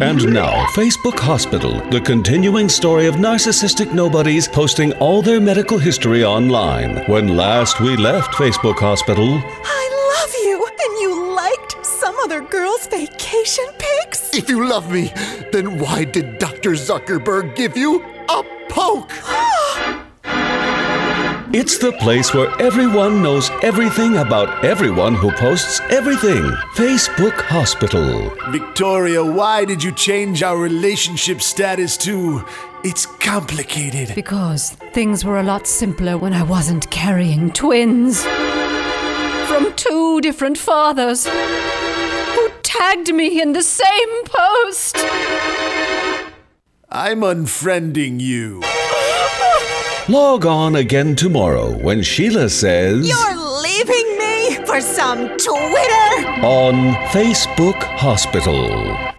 And now, Facebook Hospital, the continuing story of narcissistic nobodies posting all their medical history online. When last we left Facebook Hospital, I love you, and you liked some other girl's vacation pics? If you love me, then why did Dr. Zuckerberg give you a poke? it's the place where everyone knows everything about everyone who posts everything. Facebook Hospital. Victoria, why did you change our relationship status to it's complicated? Because things were a lot simpler when I wasn't carrying twins. From two different fathers who tagged me in the same post. I'm unfriending you. Log on again tomorrow when Sheila says You're leaving me for some Twitter? on Facebook Hospital.